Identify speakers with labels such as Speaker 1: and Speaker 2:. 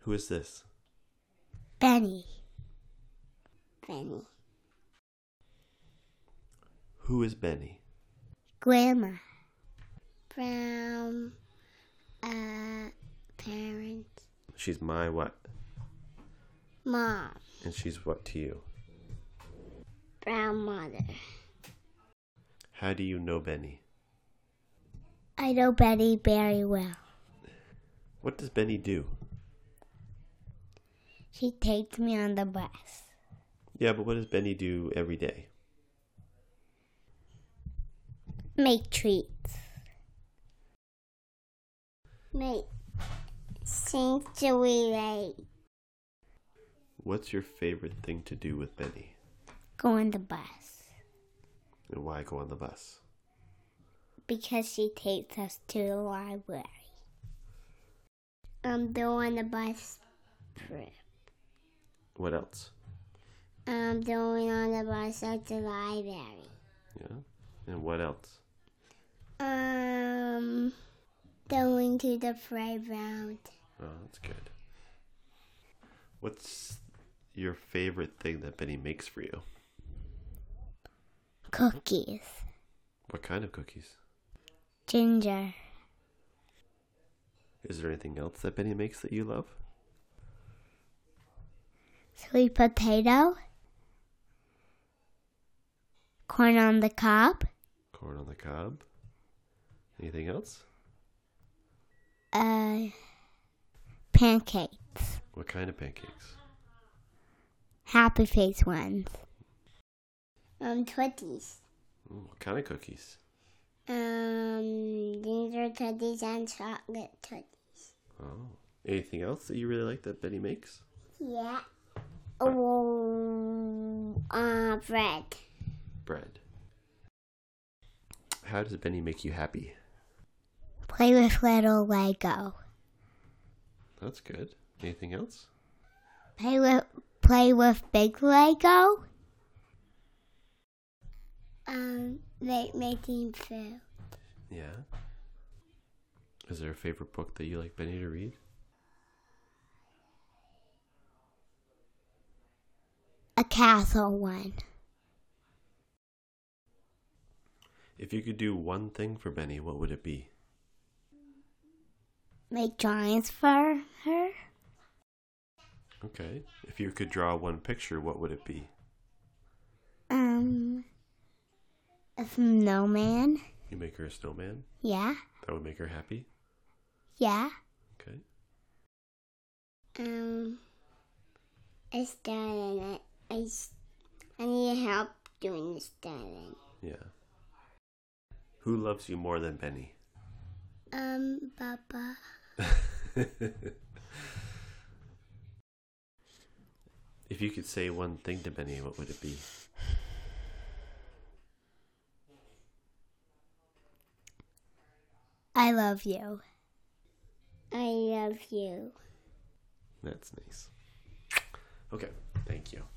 Speaker 1: Who is this?
Speaker 2: Benny. Benny.
Speaker 1: Who is Benny?
Speaker 2: Grandma. Brown. Uh, parent.
Speaker 1: She's my what?
Speaker 2: Mom.
Speaker 1: And she's what to you?
Speaker 2: Brown mother.
Speaker 1: How do you know Benny?
Speaker 2: I know Benny very well.
Speaker 1: What does Benny do?
Speaker 2: She takes me on the bus.
Speaker 1: Yeah, but what does Benny do every day?
Speaker 2: Make treats. Make sanctuary.
Speaker 1: What's your favorite thing to do with Benny?
Speaker 2: Go on the bus
Speaker 1: And why go on the bus?
Speaker 2: because she takes us to the library. Um, doing the bus trip.
Speaker 1: What else?
Speaker 2: Um, doing on the bus at the library.
Speaker 1: Yeah. And what else?
Speaker 2: Um, going to the playground.
Speaker 1: Oh, that's good. What's your favorite thing that Benny makes for you?
Speaker 2: Cookies.
Speaker 1: What kind of cookies?
Speaker 2: Ginger.
Speaker 1: Is there anything else that Benny makes that you love?
Speaker 2: sweet potato, corn on the cob,
Speaker 1: Corn on the cob. Anything else?
Speaker 2: uh, pancakes,
Speaker 1: What kind of pancakes?
Speaker 2: happy face ones. Um, Twinkies.
Speaker 1: Mm, what kind of cookies?
Speaker 2: Um, ginger Twinkies and chocolate Twinkies.
Speaker 1: Oh. Anything else that you really like that Benny makes?
Speaker 2: Yeah. Oh, uh, bread.
Speaker 1: Bread. How does Benny make you happy?
Speaker 2: Play with little Lego.
Speaker 1: That's good. Anything else?
Speaker 2: Play with play with big Lego. Um, make making food.
Speaker 1: Yeah. Is there a favorite book that you like Benny to read?
Speaker 2: A castle one.
Speaker 1: If you could do one thing for Benny, what would it be?
Speaker 2: Make drawings for her.
Speaker 1: Okay. If you could draw one picture, what would it be?
Speaker 2: Um, a snowman.
Speaker 1: You make her a snowman?
Speaker 2: Yeah,
Speaker 1: That would make her happy?
Speaker 2: yeah.
Speaker 1: Okay.
Speaker 2: Um, I started it. I, s- I need help doing the starting.
Speaker 1: Yeah. Who loves you more than Benny?
Speaker 2: Um, Papa.
Speaker 1: if you could say one thing to Benny, what would it be?
Speaker 2: I love you. I love you.
Speaker 1: That's nice. Okay. Thank you.